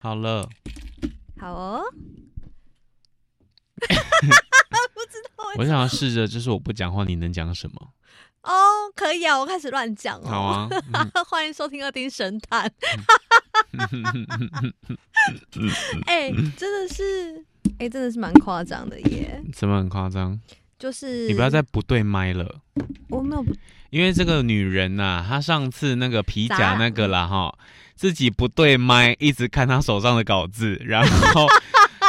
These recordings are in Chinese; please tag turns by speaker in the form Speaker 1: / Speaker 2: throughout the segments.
Speaker 1: 好了，
Speaker 2: 好哦。不知道为
Speaker 1: 我想要试着，就是我不讲话，你能讲什么？
Speaker 2: 哦，可以啊，我开始乱讲
Speaker 1: 好
Speaker 2: 哦。
Speaker 1: 啊，嗯
Speaker 2: 欢迎收听《二丁神 探》哎、真的是，哎、真的是蛮夸张的耶。
Speaker 1: 怎么很夸张？
Speaker 2: 就是
Speaker 1: 你不要再不对麦了，
Speaker 2: 我没有
Speaker 1: 因为这个女人呐、她上次那个皮夹
Speaker 2: 咋
Speaker 1: 那个啦哈，自己不对麦，一直看她手上的稿子，然 后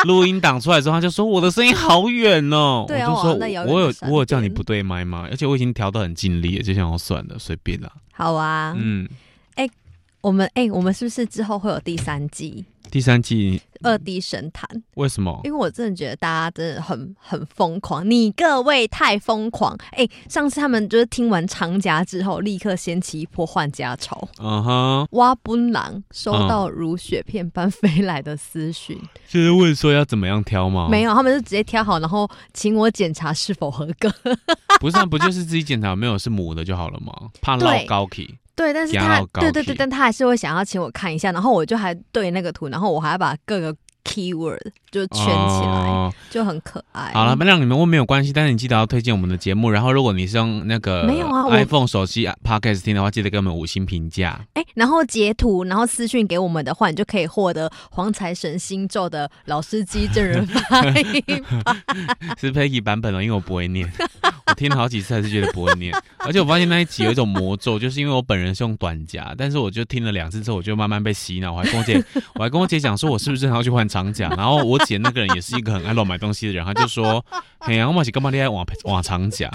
Speaker 1: 录音档出来之后，她就说我的声音好远哦。
Speaker 2: 对啊
Speaker 1: 我就说
Speaker 2: 我好像在遥远
Speaker 1: 我有
Speaker 2: 的山
Speaker 1: 我有叫你
Speaker 2: 巅
Speaker 1: 不对麦吗？而且我已经调得很尽力了，就想要算了，随便啦。
Speaker 2: 好啊。
Speaker 1: 嗯，
Speaker 2: 我们哎、我们是不是之后会有第三季
Speaker 1: 第三季
Speaker 2: 《二丁神探》？
Speaker 1: 为什么？
Speaker 2: 因为我真的觉得大家真的很很疯狂，你各位太疯狂！哎、上次他们就是听完长夹之后，立刻掀起一波换家潮。
Speaker 1: 嗯哼，
Speaker 2: 挖奔狼收
Speaker 1: 嗯
Speaker 2: 到如雪片般飞来的私讯，
Speaker 1: 就是问说要怎么样挑吗？
Speaker 2: 没有，他们就直接挑好，然后请我检查是否合格。
Speaker 1: 不是、啊，不就是自己检查没有是母的就好了吗？怕落
Speaker 2: 对
Speaker 1: 高体，
Speaker 2: 对，但是
Speaker 1: 压
Speaker 2: 他
Speaker 1: 到高
Speaker 2: 对对
Speaker 1: 级
Speaker 2: 对，但他还是会想要请我看一下，然后我就还对那个图，然后我还要把各个 keyword 就圈起来，哎
Speaker 1: 哦
Speaker 2: 就很可爱。
Speaker 1: 好了，让你们问没有关系，但是你记得要推荐我们的节目。然后，如果你是用那个
Speaker 2: 没有啊我
Speaker 1: iPhone 手机 Podcast 听的话，记得给我们五星评价。
Speaker 2: 哎、然后截图，然后私讯给我们的话，你就可以获得黄财神星咒的老司机 真人
Speaker 1: 啊
Speaker 2: 发音。
Speaker 1: 是 Peggy 版本的，因为我不会念， 我听了好几次还是觉得不会念。而且我发现那一集有一种魔咒，就是因为我本人是用短夹，但是我就听了两次之后，我就慢慢被洗脑。我还跟我姐，我还跟我姐讲说，我是不是还要去换长夹？然后我姐那个人也是一个很爱乱买东西的人，她就说：“哎呀，我马起干嘛你爱往往长夹？”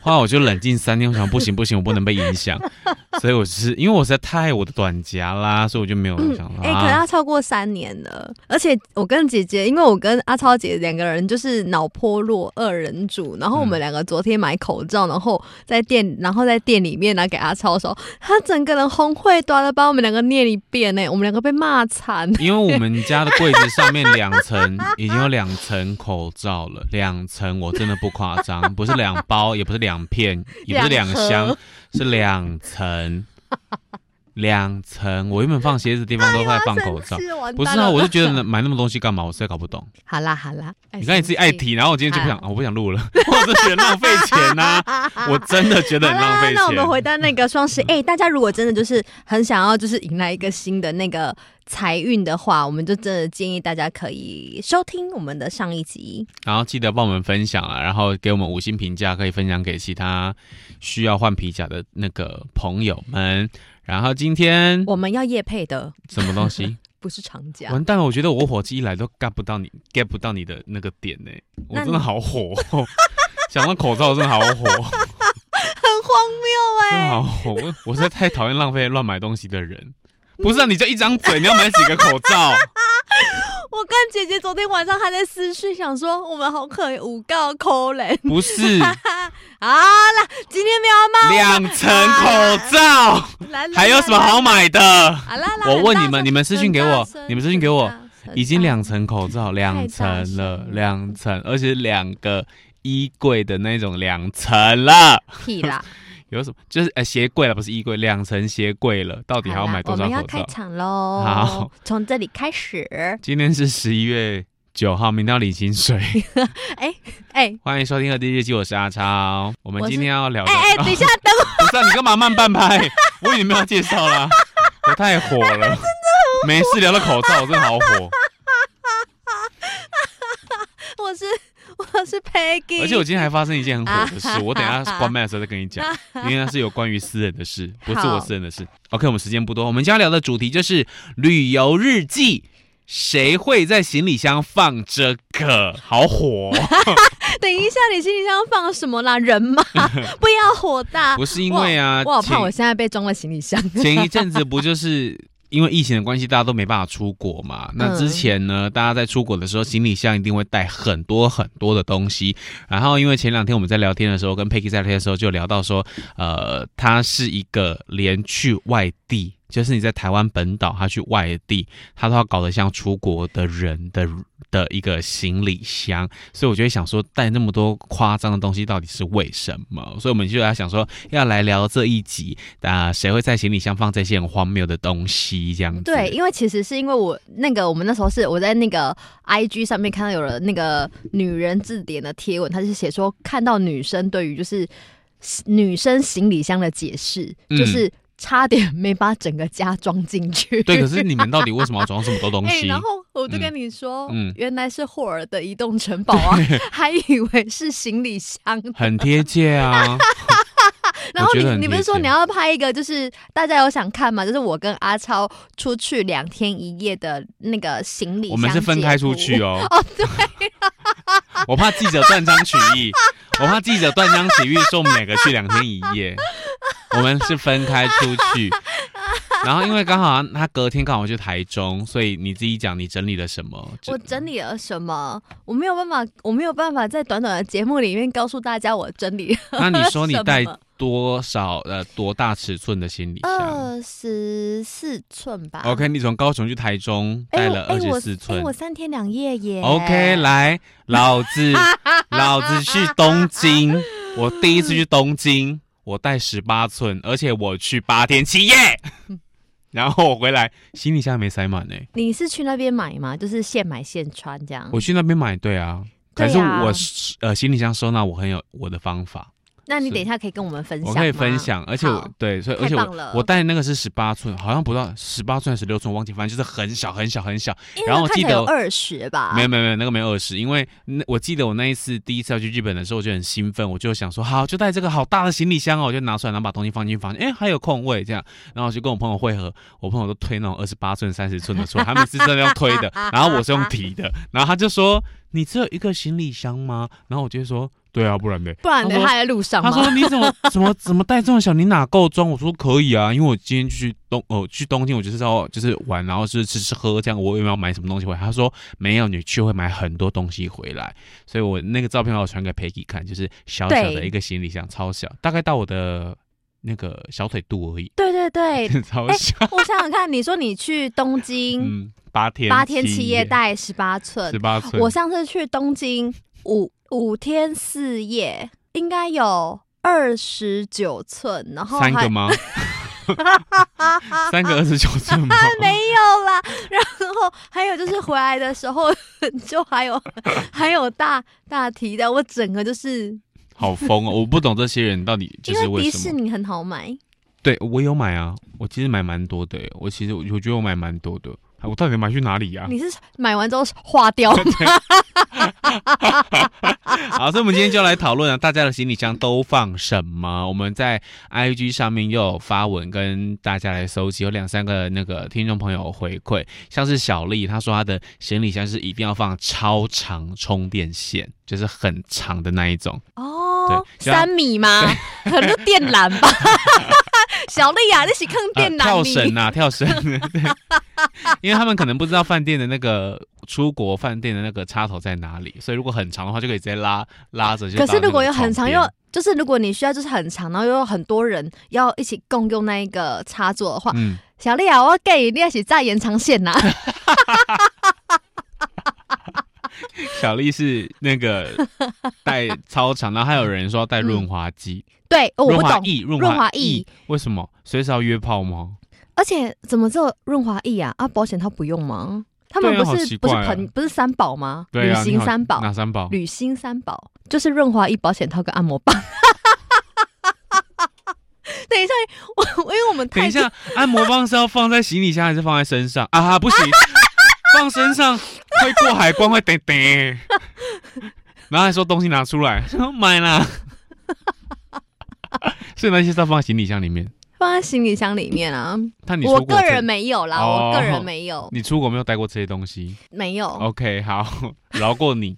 Speaker 1: 后来我就冷静三天，我想不行不行，我不能被影响，所以我是因为我实在太爱我的短夹啦，所以我就没有想到。
Speaker 2: 哎、可能
Speaker 1: 啊
Speaker 2: 他超过三年了，而且我跟姐姐，因为我跟阿超姐两个人就是脑波弱二人组，然后我
Speaker 1: 嗯
Speaker 2: 们两个昨天买口罩，然后在店，然后在店里面拿给阿超的时候，他整个人红会端的把我们两个念一遍呢，我们两个被骂惨。
Speaker 1: 因为我们家的柜子上面两层已经有两层口罩了，两层我真的不夸张，不是两包，也不是两片，也不是两
Speaker 2: 两
Speaker 1: 箱
Speaker 2: 盒，
Speaker 1: 是两层，两层。我原本放鞋子的地方都在放口罩， 不是啊，我就觉得买那么多东西干嘛？我实在搞不懂。
Speaker 2: 好啦好啦，哎
Speaker 1: 你看你自己爱，提，然后我今天就不想，
Speaker 2: 哎
Speaker 1: 啊我不想录了， 我就觉得浪费钱呐、我真的觉得
Speaker 2: 好
Speaker 1: 很浪
Speaker 2: 啦
Speaker 1: 费，
Speaker 2: 那我们
Speaker 1: 钱。
Speaker 2: 回到那个双 十，哎、大家如果真的就是很想要，就是迎来一个新的那个财运的话，我们就真的建议大家可以收听我们的上一集。
Speaker 1: 然后记得帮我们分享啊，然后给我们五星评价，可以分享给其他需要换皮夹的那个朋友们。然后今天
Speaker 2: 我们要夜配的，
Speaker 1: 什么 东西？
Speaker 2: 不是长假。
Speaker 1: 完蛋了！我觉得我火气一来都 get 不到你，get 不到你的那个点呢、我
Speaker 2: 那你
Speaker 1: 真的好火 哦、想到口罩我真的好 火，
Speaker 2: 很荒谬欸
Speaker 1: 真的好火！我我实在太讨厌浪费乱买东西的人。不是、啊，你就一张嘴，你要买几个口 罩？
Speaker 2: 我跟姐姐昨天晚上还在私讯，想说我们好可怜，五告扣嘞。
Speaker 1: 不是
Speaker 2: 好啦，今天没有要骂
Speaker 1: 两层口 罩，
Speaker 2: 我来，来
Speaker 1: 还有什么好？买的？
Speaker 2: 来来好啦啦，
Speaker 1: 我问
Speaker 2: 很大
Speaker 1: 你们
Speaker 2: 声
Speaker 1: 你们私讯给我
Speaker 2: 很大声
Speaker 1: 你们私讯给我
Speaker 2: 很大声啊
Speaker 1: 已经两层口罩，两
Speaker 2: 呃太大
Speaker 1: 层
Speaker 2: 声
Speaker 1: 了
Speaker 2: 了，
Speaker 1: 两层，而且两个衣柜的那种两层了。
Speaker 2: 屁啦！
Speaker 1: 有什么？就是呃，鞋柜了，不是衣柜，两层鞋柜了。到底还要
Speaker 2: 好啦
Speaker 1: 买多
Speaker 2: 我
Speaker 1: 少
Speaker 2: 们要
Speaker 1: 口
Speaker 2: 开
Speaker 1: 罩？
Speaker 2: 场喽！
Speaker 1: 好，
Speaker 2: 从这里开始。
Speaker 1: 今天是十一月九号，明天要领薪水。
Speaker 2: 哎
Speaker 1: 欢迎收听《二 D 日记》，我是阿超。我们
Speaker 2: 我是
Speaker 1: 今天要聊的，哦
Speaker 2: 哎哎，等一下，等我，
Speaker 1: 不是啊、你干嘛慢半 拍？我已经没有介绍啦，我太火了，没事聊到口罩，我真的好火。
Speaker 2: 我是 我是 Peggy，
Speaker 1: 而且我今天还发生一件很火 的事，
Speaker 2: 啊
Speaker 1: 我等一下关麦的时候再跟你 讲，因为它是有关于私人的事，不是我私人的事。OK，我们时间不多，我们今天要聊的主题就是旅游日记。谁会在行李箱放这个？好火！
Speaker 2: 等一下，你行李箱放什么啦？人 吗？不要火 大！
Speaker 1: 不是因为啊，
Speaker 2: 我好怕，我
Speaker 1: 前
Speaker 2: 现在被装了行李箱。
Speaker 1: 前一阵子不就是因为疫情的关系，大家都没办法出国嘛。那之前呢，大家在出国的时候，行李箱一定会带很多很多的东西。然后，因为前两天我们在聊天的时候，跟 Peggy 在聊天的时候就聊到说，呃，他是一个连去外地就是你在台湾本岛，他去外地，他都要搞得像出国的人的的一个行李箱，所以我就会想说，带那么多夸张的东西到底是为什么？所以我们就来想说，要来聊这一集，啊、谁会在行李箱放这些很荒谬的东西？这样子，
Speaker 2: 对，因为其实是因为我那个我们那时候是我在那个 I G 上面看到有人那个女人字典的贴文，他是写说看到女生对于就是女生行李箱的解释，
Speaker 1: 嗯
Speaker 2: 就是差点没把整个家装进去。
Speaker 1: 对，可是你们到底为什么要装这么多东
Speaker 2: 哎、
Speaker 1: 西？
Speaker 2: 然后我就跟你说，
Speaker 1: 嗯嗯
Speaker 2: 原来是霍尔的移动城堡啊，还以为是行李箱。
Speaker 1: 很贴切啊，
Speaker 2: 然后
Speaker 1: 我觉
Speaker 2: 你
Speaker 1: 得很
Speaker 2: 你不
Speaker 1: 贴
Speaker 2: 是说
Speaker 1: 切
Speaker 2: 你要拍一个，就是大家有想看吗？就是我跟阿超出去两天一夜的那个行李箱，
Speaker 1: 我们是分开出去。 哦。哦，
Speaker 2: 啊
Speaker 1: 对， 我怕记者断章取义，我怕记者断章取义说我们两个去两天一夜，我们是分开出去。然后因为刚好他隔天刚好去台中，所以你自己讲你整理了什么？
Speaker 2: 我整理了什么？我没有办法，我没有办法在短短的节目里面告诉大家我整理了
Speaker 1: 那你说你带
Speaker 2: 什么
Speaker 1: 多少呃多大尺寸的行李箱
Speaker 2: 二十四寸吧。
Speaker 1: ？OK，你从高雄去台中
Speaker 2: 哎
Speaker 1: 带
Speaker 2: 我
Speaker 1: 了
Speaker 2: 哎
Speaker 1: 二十
Speaker 2: 我
Speaker 1: 四
Speaker 2: 哎
Speaker 1: 寸
Speaker 2: 我。三天两夜耶。
Speaker 1: OK，来，老 子老子去东京，我第一次去东京，我带十八寸，而且我去八天七 夜，然后我回来行李箱还没塞满呢、
Speaker 2: 你是去那边买吗？就是现买现穿这样。
Speaker 1: 我去那边买，对啊，可是
Speaker 2: 对啊
Speaker 1: 我是、呃行李箱收纳我很有我的方法，
Speaker 2: 那你
Speaker 1: 是
Speaker 2: 等一下可以跟我们分享，
Speaker 1: 我可以分。享，而且我
Speaker 2: 好
Speaker 1: 对，所以
Speaker 2: 太
Speaker 1: 而且
Speaker 2: 棒
Speaker 1: 我
Speaker 2: 了
Speaker 1: 我带那个是十八寸，好像不到十八寸十六寸，忘记，反正就是很小很小很小，
Speaker 2: 因为
Speaker 1: 然后我
Speaker 2: 看
Speaker 1: 记
Speaker 2: 起来有
Speaker 1: 得
Speaker 2: 二十吧，
Speaker 1: 没有没有没有，那个没有二十，因为那我记得我那一次第一次要去日本的时候，我就很兴奋，我就想说好，就带这个好大的行李箱哦，我就拿出来，然后把东西放进去，发现哎还有空位这样，然后我就跟我朋友会合，我朋友都推那种二十八寸、三十寸的出来，他们是真的用推的，然后我是用提的，然后他就说你只有一个行李箱吗？然后我就说对啊，不然呢？
Speaker 2: 不然呢
Speaker 1: 他说
Speaker 2: 他还在路上
Speaker 1: 他
Speaker 2: 吗？
Speaker 1: 说：“你怎么 怎么怎么带这么小？你哪够装？”我说：“可以啊，因为我今天去东哦、去东京，我就是要就是玩，然后就是吃吃喝喝这样，我也没有买什么东西回来。”他说：“没有，你去会买很多东西回来。”所以，我那个照片我有传给 Peggy 看，就是小小的
Speaker 2: 对
Speaker 1: 一个行李箱，超小，大概到我的那个小腿肚而已，
Speaker 2: 对对 对，
Speaker 1: 超
Speaker 2: 哎
Speaker 1: 小。
Speaker 2: 我想想看，你说你去东京
Speaker 1: 嗯，八天
Speaker 2: 八天七夜带十八
Speaker 1: 十
Speaker 2: 寸，
Speaker 1: 八寸，
Speaker 2: 我上次去东京五五天四夜，应该有二十九寸，然后
Speaker 1: 三个
Speaker 2: 还
Speaker 1: 吗？三个二十九寸吗？
Speaker 2: 没有啦，然后还有就是回来的时候就还有 还有大大提的，我整个就是
Speaker 1: 好疯哦！我不懂这些人到底就
Speaker 2: 因
Speaker 1: 是
Speaker 2: 为
Speaker 1: 为
Speaker 2: 迪
Speaker 1: 什么
Speaker 2: 士。尼很好买，
Speaker 1: 对，我有买啊，我其实买蛮多的耶。我其实我我觉得我买蛮多的，啊我到底买去哪里呀、
Speaker 2: 你是买完之后花 掉吗
Speaker 1: 好，所以我们今天就来讨论啊，大家的行李箱都放什么？我们在 IG 上面又有发文跟大家来搜集，有两三个那个听众朋友回馈，像是小丽，她说她的行李箱是一定要放超长充电线，就是很长的那一种。
Speaker 2: 哦，
Speaker 1: 对就要
Speaker 2: 三米吗？可能是电缆 吧。小丽啊，你是坑 电
Speaker 1: 啊、跳
Speaker 2: 缆
Speaker 1: 绳
Speaker 2: 你？
Speaker 1: 呐、跳绳， 对因为他们可能不知道饭店的那个出国饭店的那个插头在哪里，所以如果很长的话，就可以直接拉拉着就到那个床边。
Speaker 2: 可
Speaker 1: 啊
Speaker 2: 是如果有很长又就是如果你需要就是很长，然后又有很多人要一起共用那一个插座的话，
Speaker 1: 嗯，
Speaker 2: 小丽啊，我建议你要是再延 长线呐、
Speaker 1: 小丽是那个带超长，然后还有人说要带润滑剂，
Speaker 2: 对，哦我
Speaker 1: 润
Speaker 2: 不
Speaker 1: 滑
Speaker 2: 懂。
Speaker 1: 液，润
Speaker 2: 润滑
Speaker 1: 液
Speaker 2: 液，
Speaker 1: 为什么？随时要约炮吗？
Speaker 2: 而且怎么只有润滑液啊？啊，保险套不用吗？他们
Speaker 1: 对啊
Speaker 2: 不
Speaker 1: 好
Speaker 2: 是、
Speaker 1: 奇
Speaker 2: 不
Speaker 1: 怪
Speaker 2: 是
Speaker 1: 啊
Speaker 2: 朋不是三宝吗？
Speaker 1: 对
Speaker 2: 旅
Speaker 1: 啊，你
Speaker 2: 行
Speaker 1: 好
Speaker 2: 三宝，
Speaker 1: 哪三宝？
Speaker 2: 旅行三宝就是润滑液、保险套跟按摩棒。 等一下， 我我因为我们
Speaker 1: 等
Speaker 2: 太
Speaker 1: 一下，按摩棒是要放在行李箱还是放在身上啊？不 行，放身上会过海关会叮叮。然后还说东西拿出来，说买 啦。所以那些是要放在行李箱里面。
Speaker 2: 放在行李箱里面啊。
Speaker 1: 但你出
Speaker 2: 我
Speaker 1: 国
Speaker 2: 个
Speaker 1: 这
Speaker 2: 人没有啦，
Speaker 1: 哦哦
Speaker 2: 我个人没有，哦
Speaker 1: 你出国没有带过这些东西
Speaker 2: 没有。
Speaker 1: ？OK，好，饶过 你。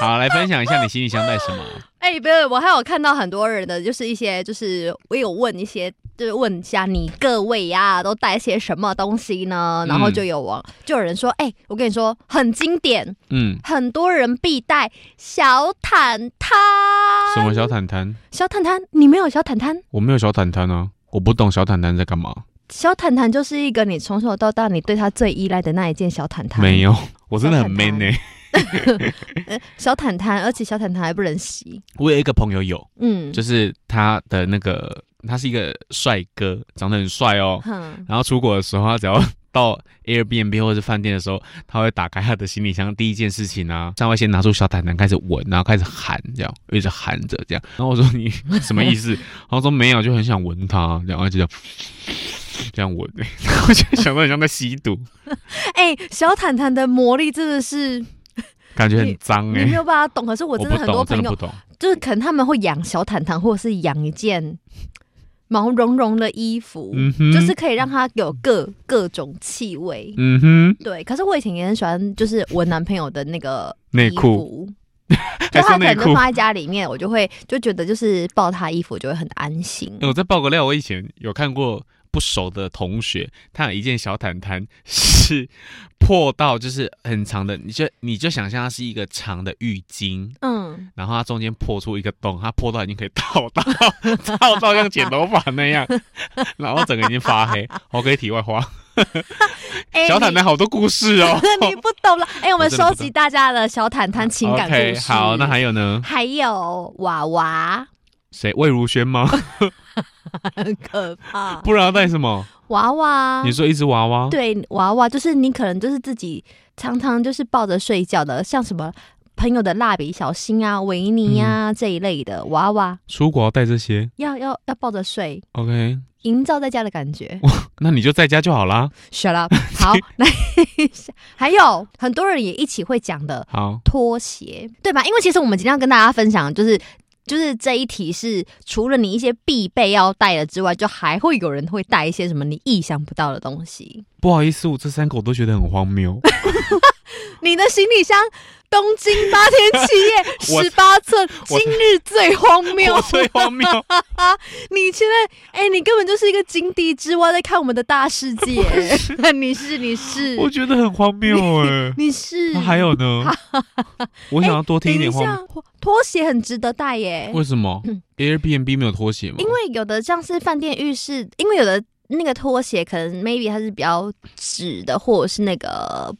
Speaker 1: 好，来分享一下你行李箱带什么？
Speaker 2: 哎、不是，我还有看到很多人的，就是一些，就是我有问一些，就是问一下你各位呀、都带些什么东西呢？然后
Speaker 1: 嗯
Speaker 2: 就有网，就有人说，哎、我跟你说，很经典，
Speaker 1: 嗯，
Speaker 2: 很多人必带小毯毯。啊
Speaker 1: 什么小毯毯？
Speaker 2: 小毯毯？你没有小毯毯？
Speaker 1: 我没有小毯毯啊，我不懂小坦坦在干嘛，
Speaker 2: 小坦坦就是一个你从小到大你对他最依赖的那一件小坦坦，
Speaker 1: 没有，我真的很
Speaker 2: 小坦
Speaker 1: man
Speaker 2: 坦
Speaker 1: 呢、
Speaker 2: 小坦坦，而且小坦坦还不能洗，
Speaker 1: 我有一个朋友有，
Speaker 2: 嗯，
Speaker 1: 就是他的那个，他是一个帅哥，长得很帅 哦。
Speaker 2: 哼，
Speaker 1: 然后出国的时候，他只要到 Airbnb 或者是饭店的时候，他会打开他的行李箱，第一件事情啊，上会先拿出小毯毯开始闻，然后开始喊，这样一直喊着这样。然后我说 你什么意思？然后说没有，就很想闻它，然后就这 样这样闻、 我就想到很像在吸毒，
Speaker 2: 哎、小坦坦的魔力真的是
Speaker 1: 感觉很脏
Speaker 2: 你
Speaker 1: 哎、
Speaker 2: 没有办法懂，可是我
Speaker 1: 我
Speaker 2: 真的
Speaker 1: 不
Speaker 2: 很
Speaker 1: 懂，
Speaker 2: 多
Speaker 1: 我
Speaker 2: 朋
Speaker 1: 真的
Speaker 2: 友
Speaker 1: 不，懂。
Speaker 2: 就是可能他们会养小坦坦，或者是养一件毛茸茸的衣服，
Speaker 1: 嗯哼
Speaker 2: 就是可以让它有各各种气味。
Speaker 1: 嗯哼，
Speaker 2: 对，可是我以前也很喜欢，就是我男朋友的那个
Speaker 1: 内
Speaker 2: 衣
Speaker 1: 裤
Speaker 2: 服，就
Speaker 1: 还
Speaker 2: 他
Speaker 1: 是
Speaker 2: 可
Speaker 1: 内
Speaker 2: 能
Speaker 1: 裤
Speaker 2: 就。放在家里面，我就会就觉得就是抱他衣服我就会很安心
Speaker 1: 欸。我再爆个料，我以前有看过不熟的同学，他有一件小毯毯 是破到就是很长的，你就你就想象它是一个长的浴巾，
Speaker 2: 嗯，
Speaker 1: 然后它中间破出一个洞，它破到已经可以 套到套到像剪头发那样，然后整个已经发黑。我可以题外话，
Speaker 2: 哎
Speaker 1: 小毯 毯好多故事哦。
Speaker 2: 你你不懂了。哎、我们
Speaker 1: 我真的
Speaker 2: 收
Speaker 1: 不懂
Speaker 2: 集大家的小坦坦情感故
Speaker 1: OK，
Speaker 2: 事。
Speaker 1: 好，那还有呢？
Speaker 2: 还有娃娃，
Speaker 1: 谁？魏如萱吗？
Speaker 2: 很可怕。
Speaker 1: 不然要带什么？
Speaker 2: 娃娃，
Speaker 1: 你说一只娃娃？
Speaker 2: 啊对娃娃，就是你可能就是自己常常就是抱着睡觉的，像什么朋友的蜡笔小新啊、维尼
Speaker 1: 嗯
Speaker 2: 啊、这一类的娃娃，
Speaker 1: 出国要带这些
Speaker 2: 要要要抱着睡，
Speaker 1: ？OK，
Speaker 2: 营造在家的感 觉。
Speaker 1: 那你就在家就好啦。
Speaker 2: Shut up！好， 来 还有很多人也一起会讲的
Speaker 1: 好，
Speaker 2: 拖鞋，对吧？因为其实我们今天要跟大家分享，就是就是这一题是除了你一些必备要带的之外，就还会有人会带一些什么你意想不到的东西。
Speaker 1: 不好意思，我这三个我都觉得很荒 谬。
Speaker 2: 你的行李箱，东京八天七 夜，
Speaker 1: 我
Speaker 2: 十八寸，今
Speaker 1: 我
Speaker 2: 日最荒谬
Speaker 1: 我。最荒 谬，
Speaker 2: 你现在，哎、你根本就是一个井底之蛙，在看我们的大世 界。 你是，你是，
Speaker 1: 我觉得很荒谬哎、
Speaker 2: 你是。
Speaker 1: 那还有 呢？我想要多听
Speaker 2: 哎等
Speaker 1: 一点
Speaker 2: 一
Speaker 1: 荒
Speaker 2: 下
Speaker 1: 谬。，
Speaker 2: 拖鞋很值得带耶，
Speaker 1: 为什么
Speaker 2: 嗯
Speaker 1: Airbnb 没有拖鞋吗？
Speaker 2: 因为有的像是饭店浴室，因为有的那个拖鞋可能 maybe 它是比较直的，或者是那个。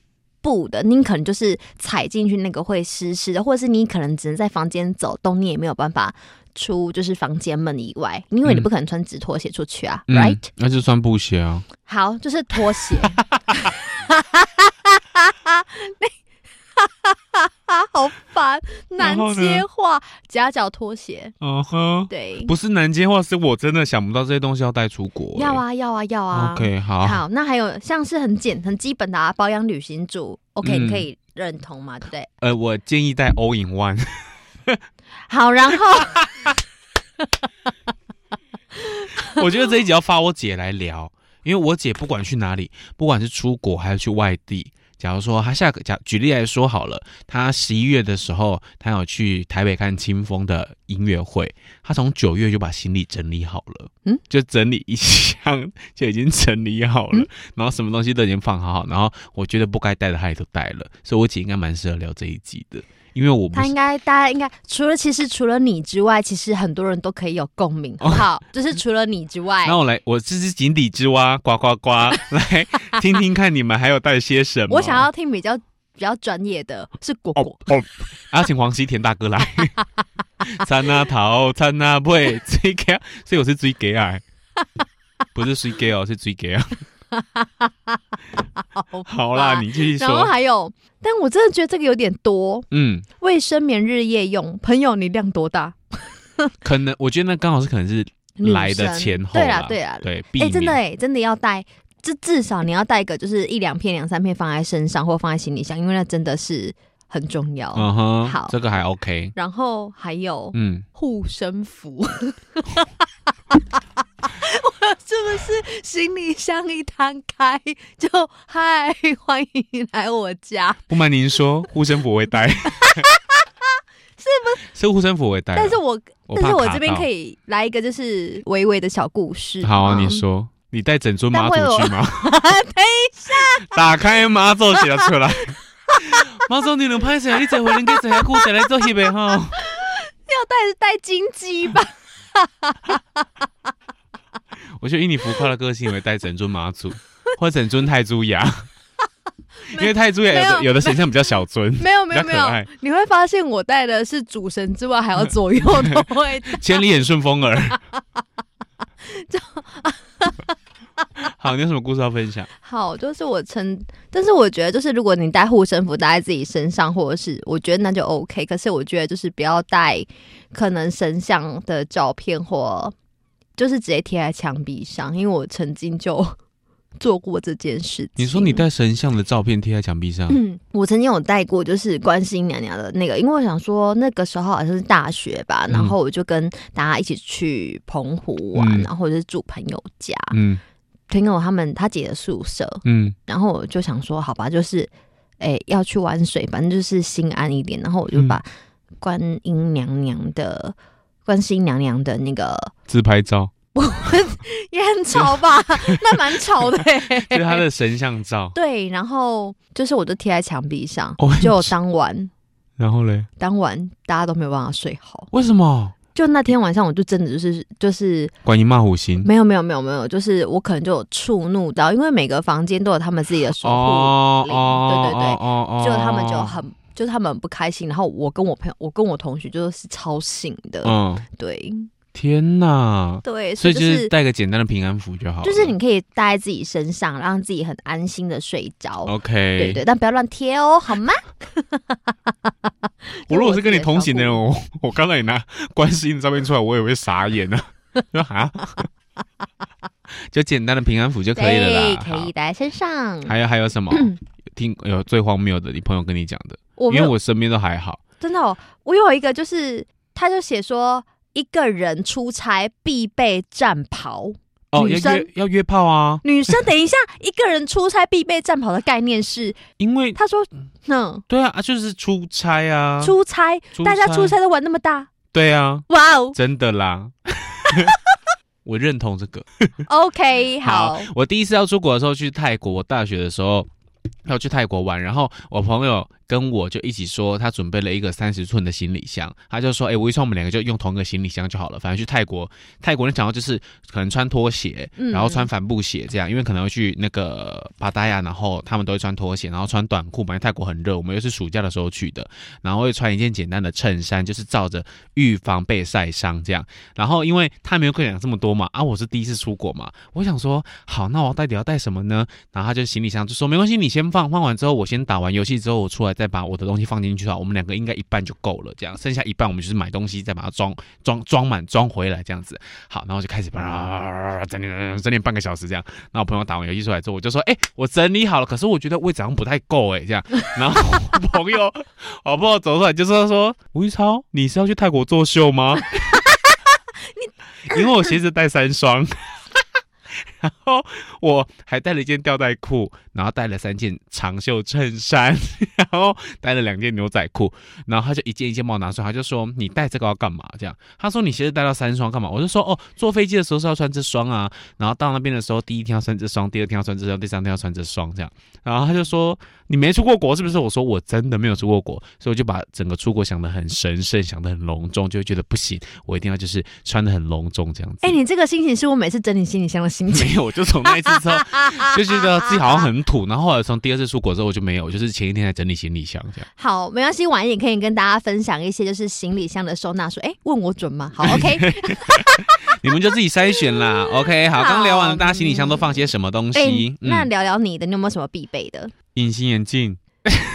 Speaker 2: 布的，你可能就是踩进去那个会湿湿的，或者是你可能只能在房间走动，你也没有办法出就是房间门以外，因为你
Speaker 1: 嗯
Speaker 2: 不可能穿直拖鞋出去啊、
Speaker 1: 嗯
Speaker 2: r i g h t
Speaker 1: 那就算布鞋啊。
Speaker 2: 好，就是拖鞋。 那好烦，难
Speaker 1: 然后呢
Speaker 2: 接话，夹脚拖鞋，
Speaker 1: 嗯哼，
Speaker 2: 对，
Speaker 1: 不是南京话，是我真的想不到这些东西要带出国、哎
Speaker 2: 要。啊，要啊，要啊。
Speaker 1: OK，好。
Speaker 2: 好，那还有像是很简很基本的啊，保养旅行组，OK，、
Speaker 1: 嗯
Speaker 2: 你可以认同嘛，对不对？
Speaker 1: 呃，我建议带 All in One。
Speaker 2: 好，然 后
Speaker 1: 我觉得这一集要发我姐来聊，因为我姐不管去哪里，不管是出国还是去外地，假如说她下个假举例来说好了，她十一月的时候，她有去台北看清风的音乐会，她从九月就把行李整理好了，
Speaker 2: 嗯，
Speaker 1: 就整理一箱就已经整理好了，
Speaker 2: 嗯
Speaker 1: 然后什么东西都已经放好好，然后我觉得不该带的她也都带了，所以我姐应该蛮适合聊这一集的，因为我不
Speaker 2: 他
Speaker 1: 是
Speaker 2: 应该大家应该除了其实除了你之外，其实很多人都可以有共鸣，好不好？就是除了你之外，
Speaker 1: 哦那我来，我这只井底之蛙，呱呱呱，来听听看你们还有带些什么。
Speaker 2: 我想要听比较比较专业的，是果果。
Speaker 1: 哦，啊，请黄西田大哥来。参啊头，参啊尾，追给，所以我是追给啊，不是追给哦，是追给啊。
Speaker 2: 哦
Speaker 1: 好啦，
Speaker 2: 吧
Speaker 1: 你继续
Speaker 2: 啊然后
Speaker 1: 说。
Speaker 2: 还有，但我真的觉得这个有点多，
Speaker 1: 嗯，
Speaker 2: 卫生棉日夜用，朋友你量多大？
Speaker 1: 可能我觉得那刚好是可能是
Speaker 2: 女
Speaker 1: 来的
Speaker 2: 生
Speaker 1: 前后
Speaker 2: 对啦
Speaker 1: 啦，
Speaker 2: 对啦，
Speaker 1: 对，避
Speaker 2: 哎、
Speaker 1: 免
Speaker 2: 真的哎、真的要带，这至少你要带个就是一两片、两三片放在身上或放在行李箱，因为那真的是很重要。
Speaker 1: 嗯哼，
Speaker 2: 好
Speaker 1: 这个还 OK。
Speaker 2: 然后还有
Speaker 1: 嗯，
Speaker 2: 护身符， 我是不是行李箱一摊开就嗨，欢迎来我家？
Speaker 1: 不瞒您说，护身符我会 带，是不？是护身符我会带啊，
Speaker 2: 但是我
Speaker 1: 我
Speaker 2: 但是
Speaker 1: 怕
Speaker 2: 我
Speaker 1: 卡
Speaker 2: 这边
Speaker 1: 到
Speaker 2: 可以来一个就是微微的小故事。
Speaker 1: 好啊，
Speaker 2: 吗
Speaker 1: 你说，你带整尊马
Speaker 2: 嗯但
Speaker 1: 祖
Speaker 2: 会有
Speaker 1: 去吗？等一下，打开马祖写了出来。 马祖，你能拍谁？你这回能给谁哭？谁来做戏呗？哈，
Speaker 2: 要带带金鸡吧？
Speaker 1: 我我觉得以你浮夸的个性，会带整尊妈祖或者整尊泰铢牙，因为泰铢牙有
Speaker 2: 没有
Speaker 1: 的有的形象比较小尊，
Speaker 2: 没有没有没
Speaker 1: 比较可
Speaker 2: 有
Speaker 1: 爱，嗯
Speaker 2: 你会发现我带的是主神之外，还有左右都会带
Speaker 1: 千里眼顺风耳。好，你有什么故事要分享？
Speaker 2: 好，就是我称，但是我觉得就是如果你带护身符带在自己身上，或者是我觉得那就 OK。可是我觉得就是不要带可能神像的照片或就是直接贴在墙壁上，因为我曾经就 做过这件事情。
Speaker 1: 你说你带神像的照片贴在墙壁上，
Speaker 2: 嗯，我曾经有带过，就是观世音娘娘的那个，因为我想说那个时候好像是大学吧，
Speaker 1: 嗯
Speaker 2: 然后我就跟大家一起去澎湖玩，
Speaker 1: 嗯
Speaker 2: 然后我就住朋友家，
Speaker 1: 嗯
Speaker 2: 朋友他们他姐的宿舍，
Speaker 1: 嗯
Speaker 2: 然后我就想说，好吧，就是诶、要去玩水，反正就是心安一点，然后我就
Speaker 1: 嗯
Speaker 2: 把观音娘娘的。观世音娘娘的那个
Speaker 1: 自拍 照，
Speaker 2: 也很吵 吧？那蛮吵的、欸。
Speaker 1: 就是他的神像照。 哦
Speaker 2: 对，然后就是我就贴在墙壁上
Speaker 1: OMG，
Speaker 2: 就当晚
Speaker 1: 然后嘞，
Speaker 2: 当晚大家都没有办法睡好。
Speaker 1: 为什么？
Speaker 2: 就那天晚上，我就真的就是就是
Speaker 1: 观音骂虎星。
Speaker 2: 没有没有没有没有，就是我可能就有触怒到，因为每个房间都有他们自己的守护，
Speaker 1: 哦
Speaker 2: 灵
Speaker 1: 哦
Speaker 2: 对对对
Speaker 1: 哦哦哦，
Speaker 2: 就他们就很就是他们很不开心。然后我跟我朋友，我跟我同学就是超醒的，
Speaker 1: 嗯，
Speaker 2: 对
Speaker 1: 天哪！
Speaker 2: 对，
Speaker 1: 所以
Speaker 2: 就
Speaker 1: 就是
Speaker 2: 是
Speaker 1: 带个简单的平安符就好了。
Speaker 2: 就是你可以带在自己身上，让自己很安心的睡着。
Speaker 1: OK，
Speaker 2: 对对，但不要乱贴哦，好吗？
Speaker 1: 我如果是跟你同行的人，
Speaker 2: 就
Speaker 1: 我我刚才你拿观世音的照片出来，我也会傻眼啊！ 说啊，就简单的平安符就可以了
Speaker 2: 对
Speaker 1: 啦。，
Speaker 2: 可以
Speaker 1: 好。
Speaker 2: 带在身上。
Speaker 1: 还有还有什 么？听有最荒谬的，你朋友跟你讲的，
Speaker 2: 我没
Speaker 1: 因为
Speaker 2: 有
Speaker 1: 我身边都还好。
Speaker 2: 真的、哦，我有一个就是，他就写说一个人出差必备战袍。
Speaker 1: 哦，
Speaker 2: 女
Speaker 1: 要
Speaker 2: 生
Speaker 1: 约要约炮啊！
Speaker 2: 女生，等一下，一个人出差必备战袍的概念是，
Speaker 1: 因为
Speaker 2: 他说，嗯，
Speaker 1: 对啊，啊就是出差啊，
Speaker 2: 出差，
Speaker 1: 出
Speaker 2: 大家出差都玩那么大，
Speaker 1: 对啊，
Speaker 2: 哇哦
Speaker 1: 真的啦。 我认同这个。
Speaker 2: ，OK，好
Speaker 1: 好，我第一次要出国的时候去泰国，我大学的时候要去泰国玩，然后我朋友跟我就一起说，他准备了一个三十寸的行李箱，他就说，哎、我一说我们两个就用同一个行李箱就好了，反正去泰国，泰国人想要就是可能穿拖鞋，
Speaker 2: 嗯
Speaker 1: 然后穿帆布鞋这样，因为可能会去那个巴达亚，然后他们都会穿拖鞋，然后穿短裤，本来泰国很热，我们又是暑假的时候去的，然后会穿一件简单的衬衫，就是照着预防被晒伤这样。然后因为他没有跟我讲这么多嘛，啊，我是第一次出国嘛，我想说好，那我到底要带什么呢？然后他就行李箱就说没关系，你先放，放完之后我先打完游戏之后，我出来再把我的东西放进去的话，我们两个应该一半就够了，这样剩下一半我们就是买东西再把它装装装满装回来这样子。好，然后我就开始啪整理整理半个小时这样。那我朋友打完游戏出来之后，我就说，哎、我整理好了，可是我觉得位置好像不太够哎、这样。 然后我朋友我朋友走出来就说说，吴一超，你是要去泰国作秀吗？ 因为我鞋子带三双。然后我还带了一件吊带裤，然后带了三件长袖衬衫， 然后带了两件牛仔裤，然后他就一件一件帮我拿出来，他就说你带这个要干嘛？这样，他说你鞋子带到三双干嘛？我就说哦，坐飞机的时候是要穿这双啊，然后到那边的时候，第一天要穿这双，第二天要穿这双，第三天要穿这双这样。然后他就说你没出过国是不是？我说我真的没有出过国，所以我就把整个出国想得很神圣，想得很隆重，就会觉得不行，我一定要就是穿得很隆重这样子。
Speaker 2: 哎、你这个心情是我每次整理行李箱的心 情，
Speaker 1: 没有，我就从那一次之后就觉得自己好像很土，然后后来从第二次出国之后我就没有，就是前一天才整理行李箱这样。
Speaker 2: 好，没关系，晚一点可以跟大家分享一些就是行李箱的收纳术。哎、问我 准吗？好，OK，哎
Speaker 1: 你们就自己筛选 啦。OK，好，
Speaker 2: 嗯好
Speaker 1: 刚刚聊完了，大家行李箱都放些什么东
Speaker 2: 哎、
Speaker 1: 西？
Speaker 2: 那
Speaker 1: 嗯，
Speaker 2: 聊聊你的，你有没有什么必备的？
Speaker 1: 隐形眼镜，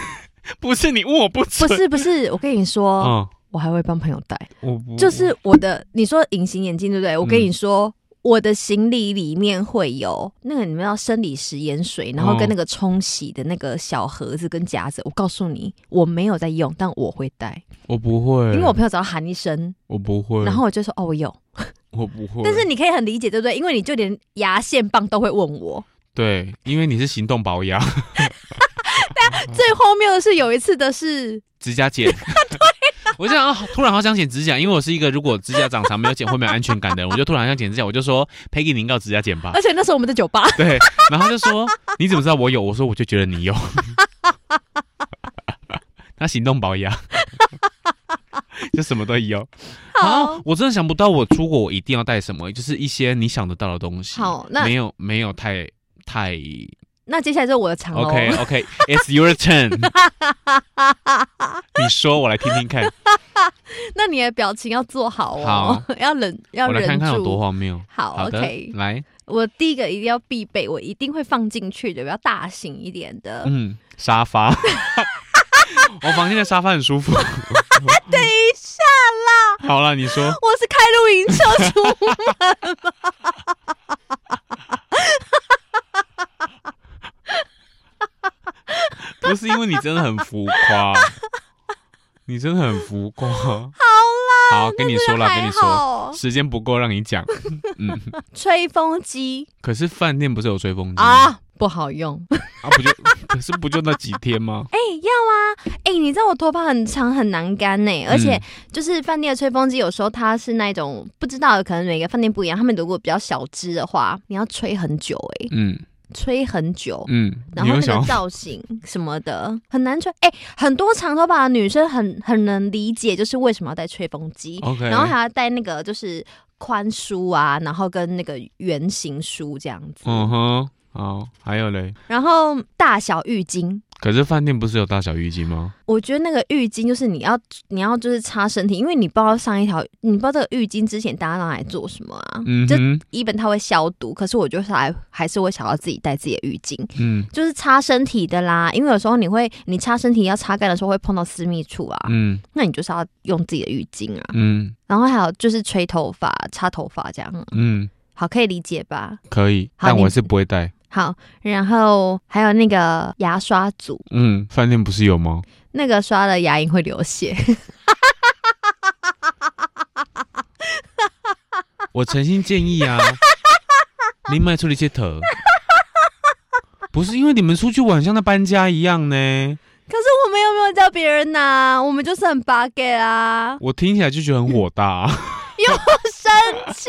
Speaker 1: 不是你问我不
Speaker 2: 不
Speaker 1: 准，
Speaker 2: 是不是，我跟你说，
Speaker 1: 嗯，
Speaker 2: 我还会帮朋友带。
Speaker 1: 我不
Speaker 2: 就是我的，你说隐形眼镜对不对？我跟
Speaker 1: 嗯
Speaker 2: 你说，我的行李里面会有那个你们要生理食盐水，然后
Speaker 1: 哦
Speaker 2: 跟那个冲洗的那个小盒子跟夹子。我告诉你，我没有在用，但我会带，
Speaker 1: 我不会，
Speaker 2: 因为我朋友只要喊一声，
Speaker 1: 我不会，
Speaker 2: 然后我就说哦我有。
Speaker 1: 我不会，
Speaker 2: 但是你可以很理解，对不对？因为你就连牙线棒都会问我。
Speaker 1: 对，因为你是行动保养， 嗯
Speaker 2: 最荒谬的是有一次的是，
Speaker 1: 指甲剪。我就想啊，突然好想剪指甲，因为我是一个如果指甲长长没有剪会没有安全感的人，我就突然想剪指甲，我就说 Peggy，您告指甲剪吧。
Speaker 2: 而且那时候我们在酒吧，
Speaker 1: 对，然后他就说你怎么知道我有？我说我就觉得你有。 他行动保养，就什么都有。啊
Speaker 2: 到。！
Speaker 1: 我真的想不到，我出国我一定要带什么，就是一些你想得到的东西。
Speaker 2: 好那
Speaker 1: 没有没有太太
Speaker 2: 那接下来就是我的哦长喽。
Speaker 1: OK OK，It's your turn。你说，我来听听看，
Speaker 2: 那你的表情要做好哦
Speaker 1: 好，啊
Speaker 2: 要忍，要
Speaker 1: 我来
Speaker 2: 忍
Speaker 1: 看看有
Speaker 2: 住。
Speaker 1: 多荒谬。
Speaker 2: 好
Speaker 1: 好
Speaker 2: o
Speaker 1: 的
Speaker 2: k
Speaker 1: 来，
Speaker 2: 我第一个一定要必备，我一定会放进去的，比较大型一点的。
Speaker 1: 嗯，沙发。
Speaker 2: 呃
Speaker 1: 我房间的沙发很舒服。
Speaker 2: 等一下啦，
Speaker 1: 好了，你说，
Speaker 2: 我是开露营 车出门吗？
Speaker 1: 不是因为你真的很浮 夸，你真的很浮夸。好啦，好，跟你说啦，跟
Speaker 2: 还
Speaker 1: 你说，
Speaker 2: 好，
Speaker 1: 时间不够让你讲。嗯，
Speaker 2: 吹风机
Speaker 1: 可是饭店不是有吹风机吗
Speaker 2: 啊，不好用。
Speaker 1: 啊，不就可是不就那几天吗？
Speaker 2: 哎、要啊！哎、你知道我头发
Speaker 1: 嗯
Speaker 2: 很长很难干呢、而且就是饭店的吹风机，有时候它是那种不知道，可能每个饭店不一样。他们如果比较小只的话，你要吹很久、哎，
Speaker 1: 嗯
Speaker 2: 吹很久。
Speaker 1: 嗯，
Speaker 2: 然
Speaker 1: 你
Speaker 2: 后
Speaker 1: 有
Speaker 2: 那
Speaker 1: 想
Speaker 2: 个
Speaker 1: 要
Speaker 2: 造型什么的很难吹，哎、很多长头发的女生很很能理解，就是为什么要戴吹风机
Speaker 1: OK，
Speaker 2: 然后还要戴那个就是宽梳啊，然后跟那个圆形梳这样子，
Speaker 1: 嗯哼，好，还有嘞，
Speaker 2: 然后大小浴巾，
Speaker 1: 可是饭店不是有大小浴巾吗？
Speaker 2: 我觉得那个浴巾就是你要你要就是擦身体，因为你不知道上一条，你不知道这个浴巾之前大家拿来做什么啊。
Speaker 1: 嗯
Speaker 2: 就
Speaker 1: 哼，
Speaker 2: 一本它会消毒，可是我就是还还是会想要自己带自己的浴巾，
Speaker 1: 嗯
Speaker 2: 就是擦身体的啦。因为有时候你会你擦身体要擦干的时候会碰到私密处啊，
Speaker 1: 嗯
Speaker 2: 那你就是要用自己的浴巾啊。
Speaker 1: 嗯
Speaker 2: 然后还有就是吹头发、擦头发这样，
Speaker 1: 嗯，
Speaker 2: 好可以理解吧？
Speaker 1: 可以，
Speaker 2: 好
Speaker 1: 但
Speaker 2: 你
Speaker 1: 我是不会带。
Speaker 2: 好，然后还有那个牙刷组，
Speaker 1: 嗯，饭店不是有吗？
Speaker 2: 那个刷了牙龈会流血。
Speaker 1: 我诚心建议 啊，你买出了一些头，不是因为你们出去玩像在搬家一样呢，
Speaker 2: 可是我们又没有叫别人拿，我们就是很 bug 啊！
Speaker 1: 我听起来就觉得很火大、
Speaker 2: 又生气，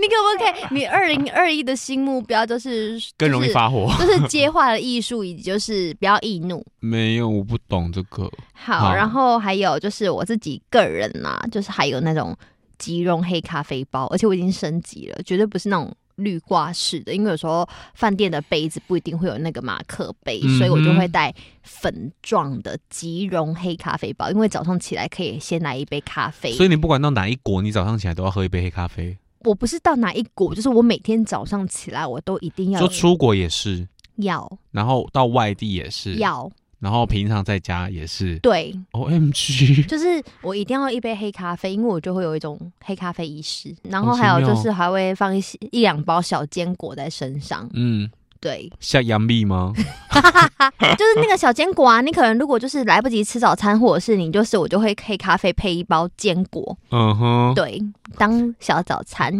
Speaker 2: 你可不可以？你二零二一的新目标就是
Speaker 1: 更容易，发火。
Speaker 2: 就是就是接话的艺术，以及就是不要易怒。
Speaker 1: 没有，我不懂这个。
Speaker 2: 好，
Speaker 1: 好
Speaker 2: 然后还有就是我自己个人啦、就是还有那种即溶黑咖啡包，而且我已经升级了，绝对不是那种。绿挂式的，因为有时候饭店的杯子不一定会有那个马克杯，
Speaker 1: 嗯哼
Speaker 2: 所以我就会带粉状的即溶黑咖啡包，因为早上起来可以先来一杯咖啡。
Speaker 1: 所以你不管到哪一国，你早上起来都要喝一杯黑咖啡。
Speaker 2: 我不是到哪一国，就是我每天早上起来我都一定要
Speaker 1: 说出国也是，
Speaker 2: 要
Speaker 1: 然后到外地也是，
Speaker 2: 要
Speaker 1: 然后平常在家也是。
Speaker 2: 对，
Speaker 1: O M G，
Speaker 2: 就是我一定要一杯黑咖啡，因为我就会有一种黑咖啡仪式。然后
Speaker 1: 好奇
Speaker 2: 还有就
Speaker 1: 妙
Speaker 2: 是还会放一些一两包小坚果在身上，
Speaker 1: 嗯，
Speaker 2: 对，
Speaker 1: 像杨幂吗？
Speaker 2: 就是那个小坚果啊。你可能如果就是来不及吃早餐，或者是你就是我就会黑咖啡配一包坚果，
Speaker 1: 嗯哼，
Speaker 2: 对，当小早餐。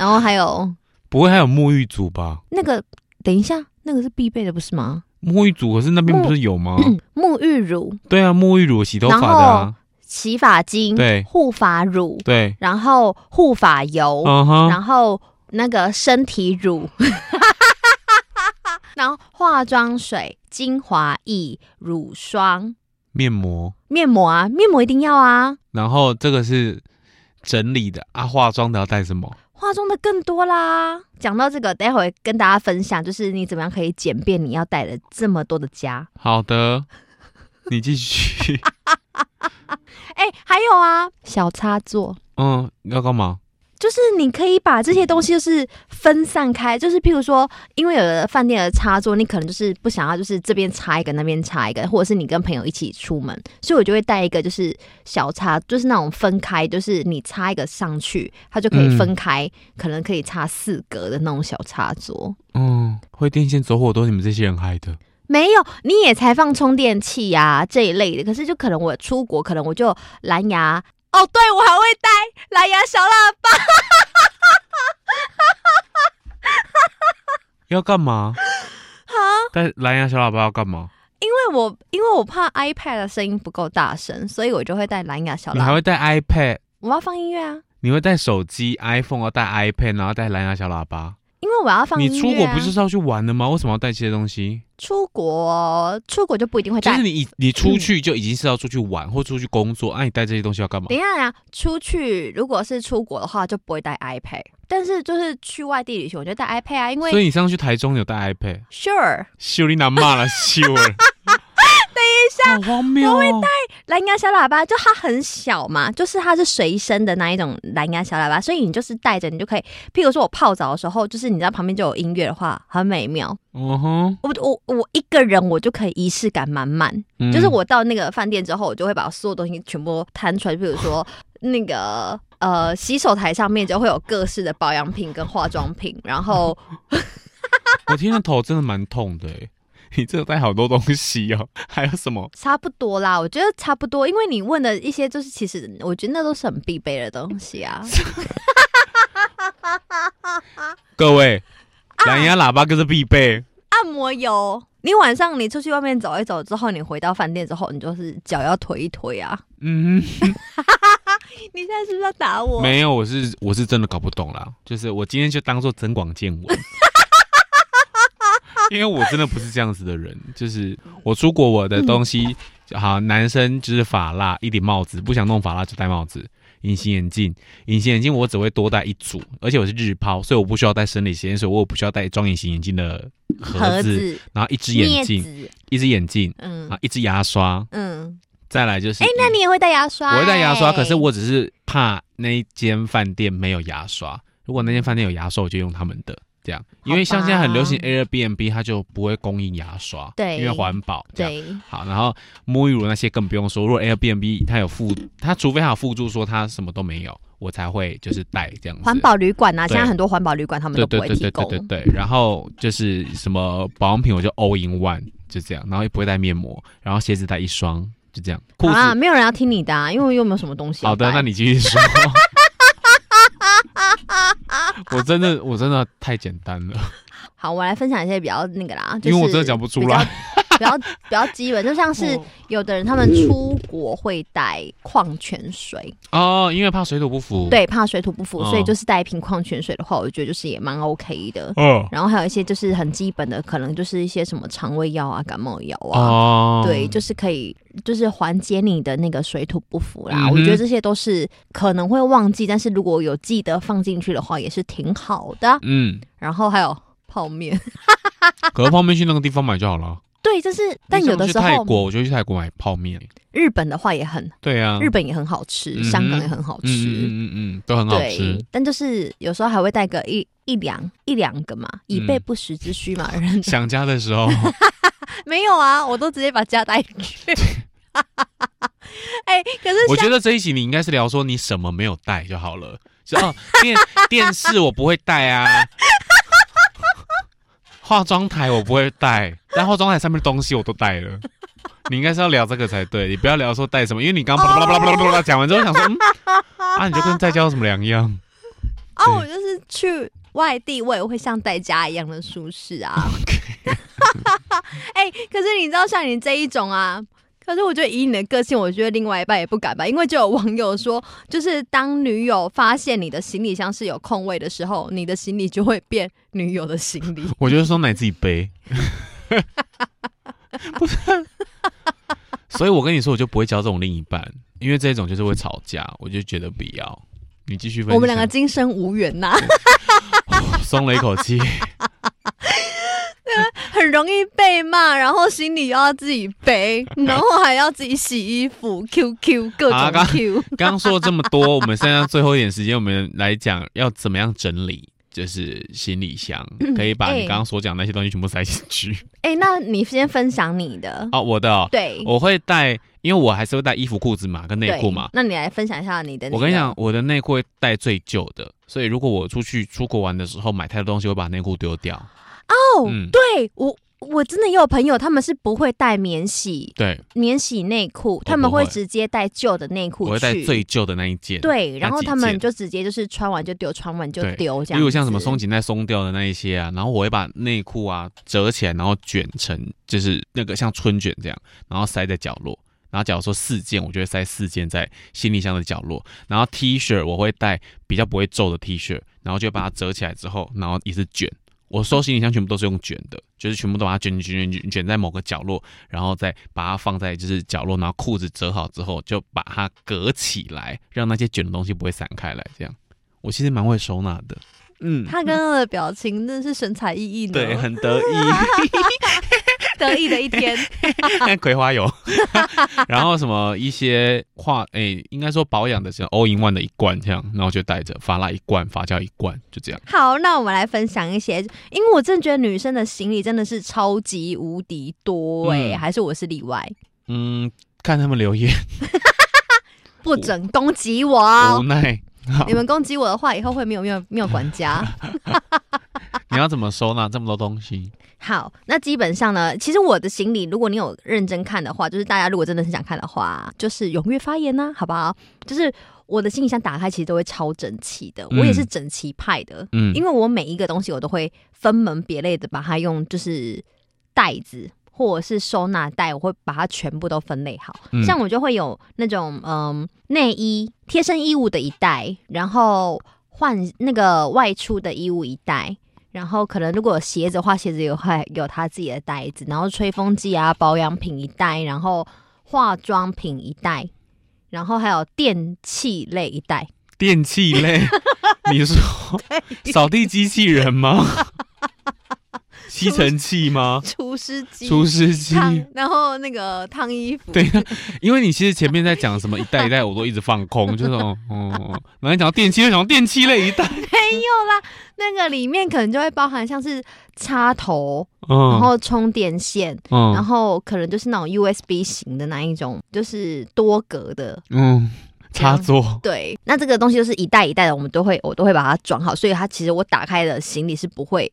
Speaker 2: 然后还有
Speaker 1: 不会还有沐浴组吧？
Speaker 2: 那个，等一下，那个是必备的，不是吗？
Speaker 1: 沐浴组可是那边不是有吗？
Speaker 2: 沐浴乳、
Speaker 1: 对啊，沐浴乳、洗头发的、啊，
Speaker 2: 洗发精、
Speaker 1: 对
Speaker 2: 护发乳，
Speaker 1: 对，
Speaker 2: 然后护发油，
Speaker 1: 嗯哼，
Speaker 2: 然后那个身体乳， 然后化妆水、精华液、乳霜、
Speaker 1: 面膜，
Speaker 2: 面膜啊，面膜一定要啊。
Speaker 1: 然后这个是整理的啊，化妆的要带什么？
Speaker 2: 化妆的更多啦。讲到这个，待会跟大家分享，就是你怎么样可以简便你要带的这么多的家。
Speaker 1: 好 的，你继续。
Speaker 2: 哎，还有啊，小插座，
Speaker 1: 嗯，要干嘛？
Speaker 2: 就是你可以把这些东西就是分散开，就是譬如说，因为有的饭店的插座，你可能就是不想要，就是这边插一个，那边插一个，或者是你跟朋友一起出门，所以我就会带一个就是小插，就是那种分开，就是你插一个上去，它就可以分开，可能可以插四格的那种小插座。
Speaker 1: 嗯，会电线走火都是你们这些人害的。
Speaker 2: 没有，你也才放充电器呀、这一类的，可是就可能我出国，可能我就蓝牙。哦，对，我还会带蓝牙小喇叭。
Speaker 1: 要干 嘛？带蓝牙小喇叭要干嘛？
Speaker 2: 因为我因为我怕 iPad 的声音不够大声，所以我就会带蓝牙小
Speaker 1: 你
Speaker 2: 喇
Speaker 1: 还
Speaker 2: 叭。
Speaker 1: 会带 iPad，
Speaker 2: 我要放音乐啊，
Speaker 1: 你会带手机 iPhone，要带 iPad，然后带蓝牙小喇叭。
Speaker 2: 因为为我要放
Speaker 1: 你
Speaker 2: 音乐、啊。
Speaker 1: 出国不就是要去玩的吗？为什么要带这些东西？
Speaker 2: 出国，出国就不一定会
Speaker 1: 就
Speaker 2: 带嗯
Speaker 1: 是。你已你出去就已经是要出去玩或出去工作，啊，你带这些东西要干嘛
Speaker 2: 等？一下呀，出去如果是出国的话，就不会带 iPad。但是就是去外地旅行，我就带 iPad 啊，因
Speaker 1: 所
Speaker 2: 为
Speaker 1: 以你上次去台中有带 iPad，
Speaker 2: sure
Speaker 1: 秀丽娜骂了秀儿。等一下，好荒谬哦！
Speaker 2: 蓝牙小喇叭就它很小嘛，就是它是随身的那一种蓝牙小喇叭，所以你就是带着你就可以，譬如说我泡澡的时候，就是你知道旁边就有音乐的话，很美妙。
Speaker 1: 嗯哼，
Speaker 2: 我我我一个人我就可以仪式感满满，
Speaker 1: 嗯
Speaker 2: 就是我到那个饭店之后，我就会把所有东西全部摊出来，比如 说那个呃洗手台上面就会有各式的保养品跟化妆品，然 后
Speaker 1: 我听的头真的蛮痛的欸。你这带好多东西哦，还有什么？
Speaker 2: 差不多啦，我觉得差不多，因为你问的一些就是其实我觉得那都是很必备的东 西啊。
Speaker 1: 各位，蓝牙喇叭可是必备。
Speaker 2: 按摩油，你晚上你出去外面走一走之后，你回到饭店之后，你就是脚要推一 推啊。
Speaker 1: 嗯，
Speaker 2: 你现在是不是要打我？
Speaker 1: 没有，我是我是真的搞不懂啦。就是我今天就当做增广见 闻，因为我真的不是这样子的人。就是我出国我的东
Speaker 2: 嗯
Speaker 1: 西，好，男生就是发蜡，一顶帽子，不想弄发蜡就戴帽子。隐形眼镜，隐形眼镜我只会多戴一组，而且我是日抛，所以我不需要戴生理实验水，我也不需要戴装隐形眼镜的盒子，
Speaker 2: 子、
Speaker 1: 然后一只眼
Speaker 2: 镊
Speaker 1: 镜，
Speaker 2: 子，
Speaker 1: 一只眼镜，
Speaker 2: 嗯
Speaker 1: 啊，一支牙刷，
Speaker 2: 嗯。
Speaker 1: 再来就是，
Speaker 2: 哎、那你也会带牙刷、
Speaker 1: 我会带牙刷，
Speaker 2: 哎
Speaker 1: 可是我只是怕那一间饭店没有牙刷。如果那间饭店有牙刷，我就用他们的这样，因为像现在很流行 Airbnb，它就不会供应牙刷，
Speaker 2: 对
Speaker 1: 因为环保。这样。
Speaker 2: 对，
Speaker 1: 好，然后沐浴乳那些更不用说，如果 Airbnb 它有附，它除非它有附注说它什么都没有，我才会就是带这样子。
Speaker 2: 环保旅馆啊，
Speaker 1: 对
Speaker 2: 现在很多环保旅馆他们
Speaker 1: 对
Speaker 2: 都不
Speaker 1: 对
Speaker 2: 会
Speaker 1: 对
Speaker 2: 提
Speaker 1: 对
Speaker 2: 供
Speaker 1: 对。对对，然后就是什么保养品，我就 all in one 就这样，然后也不会带面膜，然后鞋子带一双，就这样。裤
Speaker 2: 好
Speaker 1: 子
Speaker 2: 啦，没有人要听你的、啊，因为又没有什么东西要
Speaker 1: 好的，
Speaker 2: 带
Speaker 1: 那你继续 说。我真的，我真的太简单了，
Speaker 2: 好，我来分享一些比较那个啦，就是、
Speaker 1: 因为我真的讲哦不出来。
Speaker 2: 比较比较比较基本，就 像是有的人他们出国会带矿泉水，
Speaker 1: 哦，因为怕水土不服。，
Speaker 2: 对，怕水土不服，
Speaker 1: 哦
Speaker 2: 所以就是带一瓶矿泉水的话，我觉得就是也蛮 OK 的。
Speaker 1: 哦
Speaker 2: 然后还有一些就是很基本的，可能就是一些什么肠胃药啊、感冒药啊，
Speaker 1: 哦，
Speaker 2: 对，就是可以就是缓解你的那个水土不服啦。
Speaker 1: 嗯哼
Speaker 2: 我觉得这些都是可能会忘记，但是如果有记得放进去的话，也是挺好的。
Speaker 1: 嗯，
Speaker 2: 然后还有泡面，
Speaker 1: 可是泡面去那个地方买就好了。
Speaker 2: 对，就是 但
Speaker 1: 你上
Speaker 2: 有的
Speaker 1: 次
Speaker 2: 时
Speaker 1: 去泰
Speaker 2: 候
Speaker 1: 国，我就去泰国买泡面。
Speaker 2: 日本的话也很，
Speaker 1: 对啊，
Speaker 2: 日本也很好吃，
Speaker 1: 嗯哼
Speaker 2: 香港也很好吃。
Speaker 1: 嗯嗯嗯嗯嗯，都很好吃
Speaker 2: 对。，但就是有时候还会带个一一两一两个嘛，以备
Speaker 1: 嗯
Speaker 2: 不时之需嘛。人
Speaker 1: 想家的时候，
Speaker 2: 没有啊，我都直接把家带去。 哎、可是
Speaker 1: 我觉得这一集你应该是聊说你什么没有带就好了。就哦，电电视我不会带啊，化妆台我不会带，但化妆台上面的东西我都带了。你应该是要聊这个才对，你不要聊说带什么，因为你刚刚巴拉巴拉巴拉巴拉讲完之后，想说，嗯，啊，你就跟在家有什么两样？
Speaker 2: 啊，我就是去外地，我也会像在家一样的舒适 啊。 哎、可是你知道像你这一种啊，可是我觉得以你的个性，我觉得另外一半也不敢吧，因为就有网友说，就是当女友发现你的行李箱是有空位的时候，你的行李就会变女友的行 李。
Speaker 1: 我就是说奶自己背， 不是。所以我跟你说，我就不会交这种另一半，因为这种就是会吵架，我就觉得不要。你继续分享。
Speaker 2: 我们两个今生无缘呐、
Speaker 1: 松了一口 气。
Speaker 2: 很容易被骂，然后行李又要自己背，然后还要自己洗衣服，QQ 各
Speaker 1: 啊
Speaker 2: 种
Speaker 1: 刚
Speaker 2: Q。
Speaker 1: 刚刚说了这么多，我们剩下最后一点时间，我们来讲要怎么样整理，就是行李箱，可以把你
Speaker 2: 哎
Speaker 1: 刚刚所讲那些东西全部塞进去。
Speaker 2: 哎、那你先分享你的，
Speaker 1: 哦，我的哦、
Speaker 2: 对，
Speaker 1: 我会带，因为我还是会带衣服、裤子嘛，跟内
Speaker 2: 对
Speaker 1: 裤嘛。
Speaker 2: 那你来分享一下你的。
Speaker 1: 我跟你讲，，我的内裤会带最旧的，所以如果我出去出国玩的时候买太多东西，我会把内裤丢掉。
Speaker 2: 哦，
Speaker 1: 嗯
Speaker 2: 对我。我真的也有朋友，他们是不会带免洗
Speaker 1: 对，
Speaker 2: 免洗内裤，他们会直接带旧的内裤
Speaker 1: 我
Speaker 2: 去。
Speaker 1: 会带最旧的那一件。，
Speaker 2: 对，然后
Speaker 1: 几
Speaker 2: 他们
Speaker 1: 件
Speaker 2: 就直接就是穿完就丢，穿完就
Speaker 1: 对
Speaker 2: 丢这
Speaker 1: 例
Speaker 2: 样。
Speaker 1: 如像什么松，紧带松掉的那一些啊，然后我会把内裤啊折起来，然后卷成就是那个像春卷这样，然后塞在角落。然后假如说四件，我就会塞四件在行李箱的角落。然后 T 恤我会带比较不会皱的 T 恤，然后就把它折起来之后，然后也是卷，我收行李箱全部都是用卷的，就是全部都把它卷卷卷卷卷在某个角落，然后再把它放在就是角落，然后裤子折好之后就把它隔起来，让那些卷的东西不会散开来。这样，我其实蛮会收纳的。嗯，
Speaker 2: 他刚刚的表情真是神采奕奕呢，
Speaker 1: 对，很得意。
Speaker 2: 得意的 一天。
Speaker 1: 葵花油， 然后什么一些化诶、应该说保养的是 all in one 的一罐这样，然后就带着发蜡一罐，发胶一罐，就这样。
Speaker 2: 好，那我们来分享一些，因为我真的觉得女生的行李真的是超级无敌多哎、
Speaker 1: 嗯
Speaker 2: 还是我是例外，
Speaker 1: 嗯，看他们留言，
Speaker 2: 不准攻击我
Speaker 1: 无
Speaker 2: 哦。
Speaker 1: 奈。好
Speaker 2: 你们攻击我的话，以后会没有没有没有管家。
Speaker 1: 你要怎么收纳这么多东西？
Speaker 2: 好，那基本上呢，其实我的行李，如果你有认真看的话，就是大家如果真的很想看的话，就是踊跃发言呐、啊好不好？就是我的行李箱打开，其实都会超整齐的，
Speaker 1: 嗯
Speaker 2: 我也是整齐派的，
Speaker 1: 嗯
Speaker 2: 因为我每一个东西我都会分门别类的把它用就是袋子或者是收纳袋，我会把它全部都分类好。
Speaker 1: 嗯
Speaker 2: 像我就会有那种嗯内衣贴身衣物的一袋，然后换那个外出的衣物一袋。然后可能如果有鞋子的话，鞋子有还有它自己的袋子，然后吹风机啊、保养品一袋，然后化妆品一袋，然后还有电器类一袋，
Speaker 1: 电器类，你说扫地机器人 吗？吸尘器吗？
Speaker 2: 除湿机、
Speaker 1: 除湿机？
Speaker 2: 烫，然后那个烫衣服，
Speaker 1: 对啊，因为你其实前面在讲什么一代一代，我都一直放空， 就是哦哦，哦然后你讲到电器，就想到电器类一代，
Speaker 2: 那个里面可能就会包含像是插头，然
Speaker 1: 嗯
Speaker 2: 后充电线，然
Speaker 1: 嗯
Speaker 2: 后可能就是那种 USB 型的那一种，就是多格的。
Speaker 1: 嗯，插座，
Speaker 2: 对，那这个东西就是一袋一袋的，我们都会我都会把它装好，所以它其实我打开的行李是不会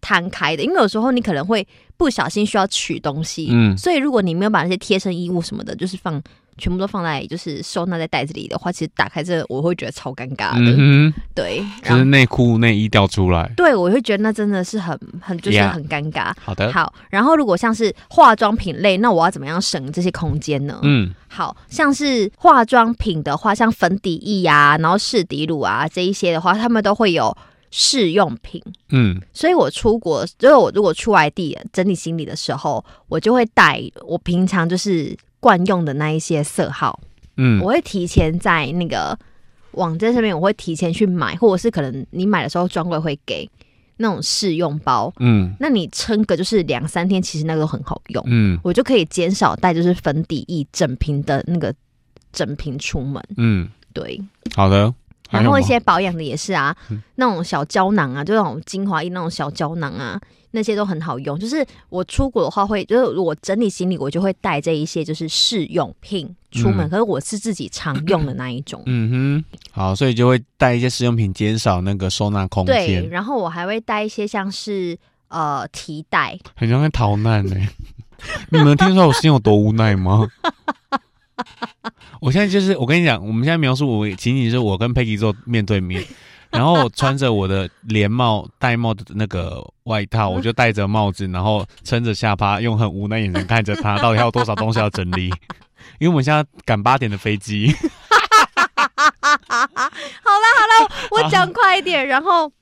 Speaker 2: 摊开的，因为有时候你可能会不小心需要取东西，
Speaker 1: 嗯
Speaker 2: 所以如果你没有把那些贴身衣物什么的，就是放全部都放在就是收纳在袋子里的话，其实打开这个我会觉得超尴尬的。
Speaker 1: 嗯哼，
Speaker 2: 对，然
Speaker 1: 就
Speaker 2: 后
Speaker 1: 是内裤内衣掉出来。
Speaker 2: 对我会觉得那真的是很很就是很尴尬。
Speaker 1: 好的，
Speaker 2: 好，然后如果像是化妆品类，那我要怎么样省这些空间呢？
Speaker 1: 嗯
Speaker 2: 好像是化妆品的话，像粉底液啊，然后试底乳啊这一些的话，他们都会有试用品。
Speaker 1: 嗯
Speaker 2: 所以我出国，所以我如果出外地整理行李的时候，我就会带我平常就是惯用的那一些色号，
Speaker 1: 嗯
Speaker 2: 我会提前在那个网站上面，我会提前去买，或者是可能你买的时候专柜会给那种试用包，
Speaker 1: 嗯
Speaker 2: 那你撑个就是两三天，其实那个都很好用。
Speaker 1: 嗯
Speaker 2: 我就可以减少带就是粉底液整瓶的那个整瓶出门，
Speaker 1: 嗯，
Speaker 2: 对，
Speaker 1: 好的。还
Speaker 2: 然
Speaker 1: 有
Speaker 2: 后一
Speaker 1: 吗
Speaker 2: 些保养的也是啊
Speaker 1: 嗯，
Speaker 2: 那种小胶囊啊，就那种精华液那种小胶囊啊，那些都很好用。就是我出国的话会，就是我整理行李，我就会带这一些就是试用品出门，
Speaker 1: 嗯
Speaker 2: 可是我是自己常用的那一种。
Speaker 1: 嗯哼，好，所以就会带一些试用品，减少那个收纳空
Speaker 2: 对，
Speaker 1: 间，
Speaker 2: 然后我还会带一些像是呃提袋，
Speaker 1: 很像在逃难呢、 你们听出来我心有多无奈吗？ 我现在就是，我跟你讲，我们现在描述我仅仅是我跟 Peggy 坐面对面，然后我穿着我的连帽戴帽的那个外套，我就戴着帽子，然后撑着下巴，用很无奈眼神看着他，到底还有多少东西要整理？因为我们现在赶八点的飞机，
Speaker 2: 我讲快一点，然后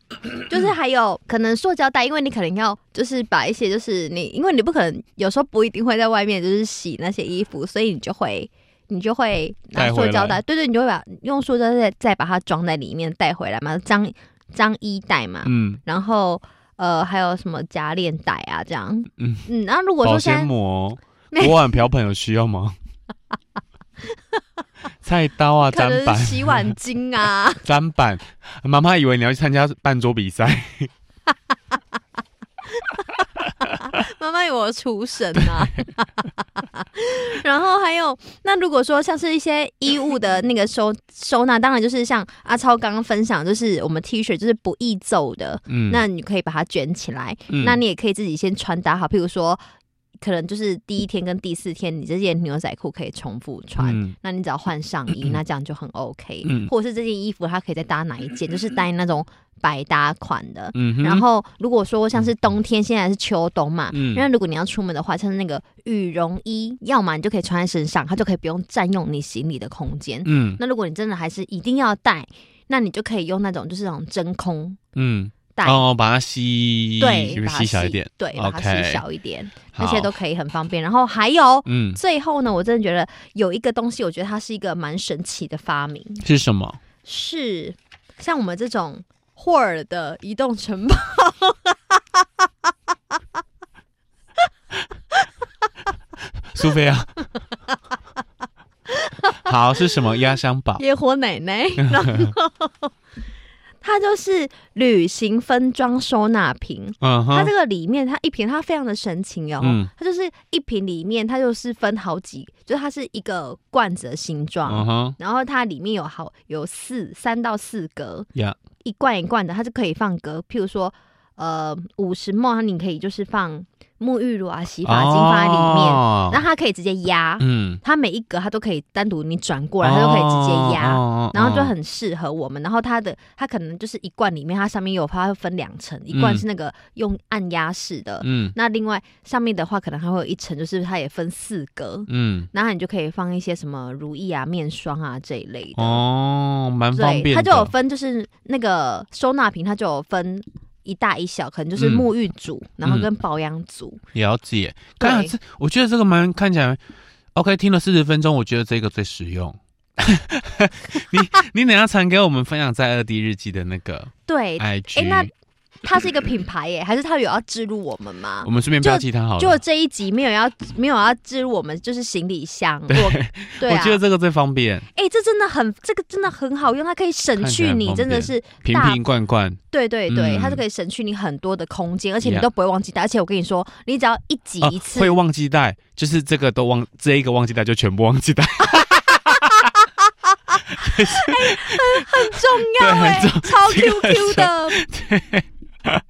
Speaker 2: 就是还有可能塑胶袋，因为你可能要就是把一些就是你，因为你不可能有时候不一定会在外面就是洗那些衣服，所以你就会你就会拿
Speaker 1: 带回
Speaker 2: 塑
Speaker 1: 来
Speaker 2: 胶袋，对对，你就会把用塑胶袋再把它装在里面带回来嘛，脏脏衣袋嘛，
Speaker 1: 嗯，
Speaker 2: 然后。呃，还有什么夹链袋啊？这样，
Speaker 1: 嗯
Speaker 2: 嗯嗯，那如果
Speaker 1: 保
Speaker 2: 说现
Speaker 1: 鲜
Speaker 2: 在
Speaker 1: 膜、
Speaker 2: 没
Speaker 1: 锅碗瓢盆有需要吗？ 菜刀啊，
Speaker 2: 可
Speaker 1: 砧
Speaker 2: 能
Speaker 1: 板，
Speaker 2: 洗碗巾啊，
Speaker 1: 砧板，妈妈以为你要去参加半桌比赛，
Speaker 2: 妈妈有我厨神啊。 然后还有，那如果说像是一些衣物的那个收 收纳，当然就是像阿超刚刚分享，就是我们 T 恤就是不易皱的，
Speaker 1: 嗯，
Speaker 2: 那你可以把它卷起来，
Speaker 1: 嗯
Speaker 2: 那你也可以自己先穿搭好，譬如说。可能就是第一天跟第四天，你这件牛仔裤可以重复穿，
Speaker 1: 嗯
Speaker 2: 那你只要换上衣，那这样就很 OK。
Speaker 1: 嗯
Speaker 2: 或者是这件衣服它可以再搭哪一件，就是搭那种百搭款的，
Speaker 1: 嗯哼，
Speaker 2: 然后如果说像是冬天，现在是秋冬嘛，
Speaker 1: 嗯
Speaker 2: 那如果你要出门的话，像是那个羽绒衣，要么你就可以穿在身上，它就可以不用占用你行李的空间。
Speaker 1: 嗯
Speaker 2: 那如果你真的还是一定要带，那你就可以用那种就是那种真空
Speaker 1: 嗯
Speaker 2: 袋，
Speaker 1: 哦，把它吸，
Speaker 2: 对，
Speaker 1: 就是
Speaker 2: 把它
Speaker 1: 吸小一点，
Speaker 2: 对，把它
Speaker 1: OK
Speaker 2: 吸小一点，那些
Speaker 1: 好
Speaker 2: 都可以很方便。然后还有
Speaker 1: 嗯，
Speaker 2: 最后呢，我真的觉得有一个东西，我觉得它是一个蛮神奇的发明，
Speaker 1: 是什么？
Speaker 2: 是像我们这种霍尔的移动城堡。
Speaker 1: 苏菲 亚。好，是什么压箱 宝？
Speaker 3: 野火奶 奶，
Speaker 2: 它就是旅行分装收纳瓶。
Speaker 1: 嗯
Speaker 2: 它
Speaker 1: 哼
Speaker 2: 这，个里面，它一瓶它非常的神奇哦，
Speaker 1: 嗯
Speaker 2: 它就是一瓶里面它就是分好几，就是它是一个罐子的形状，
Speaker 1: 嗯哼，
Speaker 2: 然后它里面有好有四三到四格，
Speaker 1: 呀，
Speaker 2: 一罐一罐的，它是可以放格，譬如说呃五十梦，它你可以就是放沐浴乳啊、洗发精放在里面，
Speaker 1: 哦
Speaker 2: 然后它可以直接压，
Speaker 1: 嗯，
Speaker 2: 它每一格它都可以单独你转过来，它都可以直接压。
Speaker 1: 哦
Speaker 2: 然后就，很适合我们。然后它的它可能就是一罐里面，它上面有它会分两层，一罐
Speaker 1: 嗯
Speaker 2: 是那个用按压式的，
Speaker 1: 嗯
Speaker 2: 那另外上面的话可能还会有一层，就是它也分四格，
Speaker 1: 嗯，
Speaker 2: 然后你就可以放一些什么如意啊、面霜啊这一类的。
Speaker 1: 哦，蛮方
Speaker 2: 对，
Speaker 1: 便的，
Speaker 2: 它就有分，就是那个收纳瓶，它就有分一大一小，可能就是
Speaker 1: 嗯有
Speaker 2: 沐浴组，然后跟保养组。
Speaker 1: 了解。刚
Speaker 2: 对
Speaker 1: 这我觉得这个蛮看起来 OK，听了四十分钟，我觉得这个最实 用。你你等一下传给我们分享在二 D 日记的那个
Speaker 2: 对，
Speaker 1: IG，、
Speaker 2: 那它是一个品牌耶，还是它有要置入我们吗
Speaker 1: 我？们顺便标记它好了。
Speaker 2: 就这一集没有要没有要置入我们就是行李箱， 我对
Speaker 1: 我
Speaker 2: 啊
Speaker 1: 觉，得这个最方便，
Speaker 2: 哎、这真的很这个真的很好用，它可以省
Speaker 1: 看起来
Speaker 2: 去
Speaker 1: 很
Speaker 2: 你
Speaker 1: 方
Speaker 2: 真的
Speaker 1: 便
Speaker 2: 是
Speaker 1: 瓶
Speaker 2: 大
Speaker 1: 瓶罐罐，
Speaker 2: 对对对，
Speaker 1: 嗯
Speaker 2: 它是可以省去你很多的空间，而且你
Speaker 1: Yeah
Speaker 2: 都不会忘记带。而且我跟你说，你只要一集
Speaker 1: 哦
Speaker 2: 一次，
Speaker 1: 会忘记带，就是这个都忘，这一个忘记带就全部忘记 带，
Speaker 2: 重 要
Speaker 1: 对很
Speaker 2: 哎、
Speaker 1: 重
Speaker 2: 超
Speaker 1: 这个很
Speaker 2: QQ 的，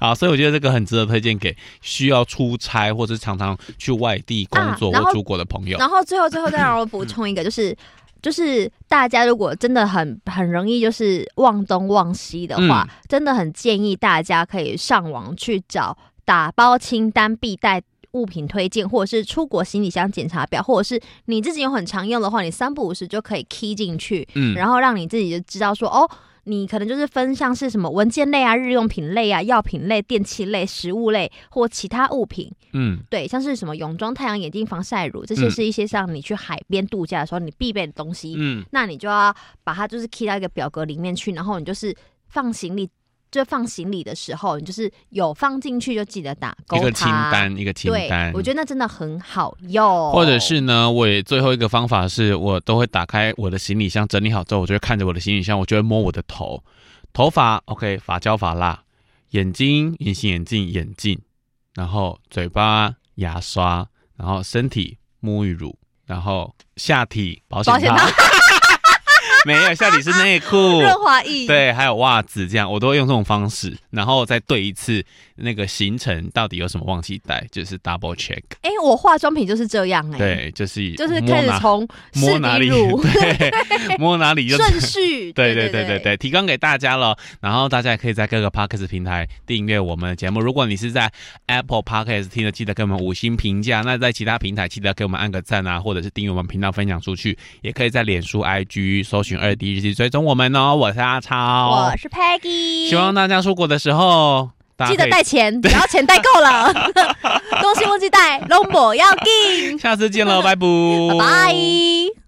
Speaker 1: 好，所以我觉得这个很值得推荐给需要出差或者常常去外地工作
Speaker 2: 啊然后
Speaker 1: 或出国的朋友。
Speaker 2: 然后最后最后再让我补充一个，就是就是大家如果真的很很容易就是忘东忘西的话，真的很建议大家可以上网去找打包清单必带。物品推荐，或者是出国行李箱检查表，或者是你自己有很常用的话，你三不五时就可以 key 进去，
Speaker 1: 嗯
Speaker 2: 然后让你自己就知道说，哦，你可能就是分像是什么文件类啊、日用品类啊、药品类、电器类、食物类或其他物品，
Speaker 1: 嗯，
Speaker 2: 对，像是什么泳装、太阳眼镜、防晒乳，这些
Speaker 1: 嗯
Speaker 2: 是一些像你去海边度假的时候你必备的东西。
Speaker 1: 嗯
Speaker 2: 那你就要把它就是 key 到一个表格里面去，然后你就是放行李，就放行李的时候，你就是有放进去就记得打勾
Speaker 1: 一个
Speaker 2: 它。
Speaker 1: 清单，一个清
Speaker 2: 对
Speaker 1: 单，，
Speaker 2: 我觉得哦那真的很好用。
Speaker 1: 或者是呢，我也最后一个方法是我都会打开我的行李箱，整理好之后，我就会看着我的行李箱，我就会摸我的头，头发 OK，发胶发蜡，眼睛隐形眼镜眼镜，然后嘴巴牙刷，然后身体沐浴乳，然后下体保险
Speaker 2: 保险
Speaker 1: 套， 没有下体是内 裤。
Speaker 2: 润滑液，
Speaker 1: 对，还有袜子这样，我都会用这种方式，然后再对一次那个行程到底有什么忘记带，就是 double check。
Speaker 2: 哎、我化妆品就是这样哎、
Speaker 1: 对，就是
Speaker 2: 就是
Speaker 1: 摸
Speaker 2: 开始
Speaker 1: 哪
Speaker 2: 从
Speaker 1: 摸
Speaker 2: 试
Speaker 1: 哪里，
Speaker 2: 底乳
Speaker 1: 对，摸哪里就。
Speaker 2: 顺序，
Speaker 1: 对
Speaker 2: 对
Speaker 1: 对对对对，提供给大家了。然后大家也可以在各个 podcast 平台订阅我们的节目。如果你是在 Apple podcast 听的，记得给我们五星评价；那在其他平台记得给我们按个赞啊，或者是订阅我们频道分享出去。也可以在脸书、IG 搜寻二 D 日记追踪我们哦。我是阿超
Speaker 2: 我，是 Peggy，
Speaker 1: 希望大家出国的时候，大家
Speaker 2: 记得
Speaker 1: 可以
Speaker 2: 带钱，只要钱带够了，东西忘记带，龙博要进，
Speaker 1: 下次见喽，拜拜
Speaker 2: 拜拜。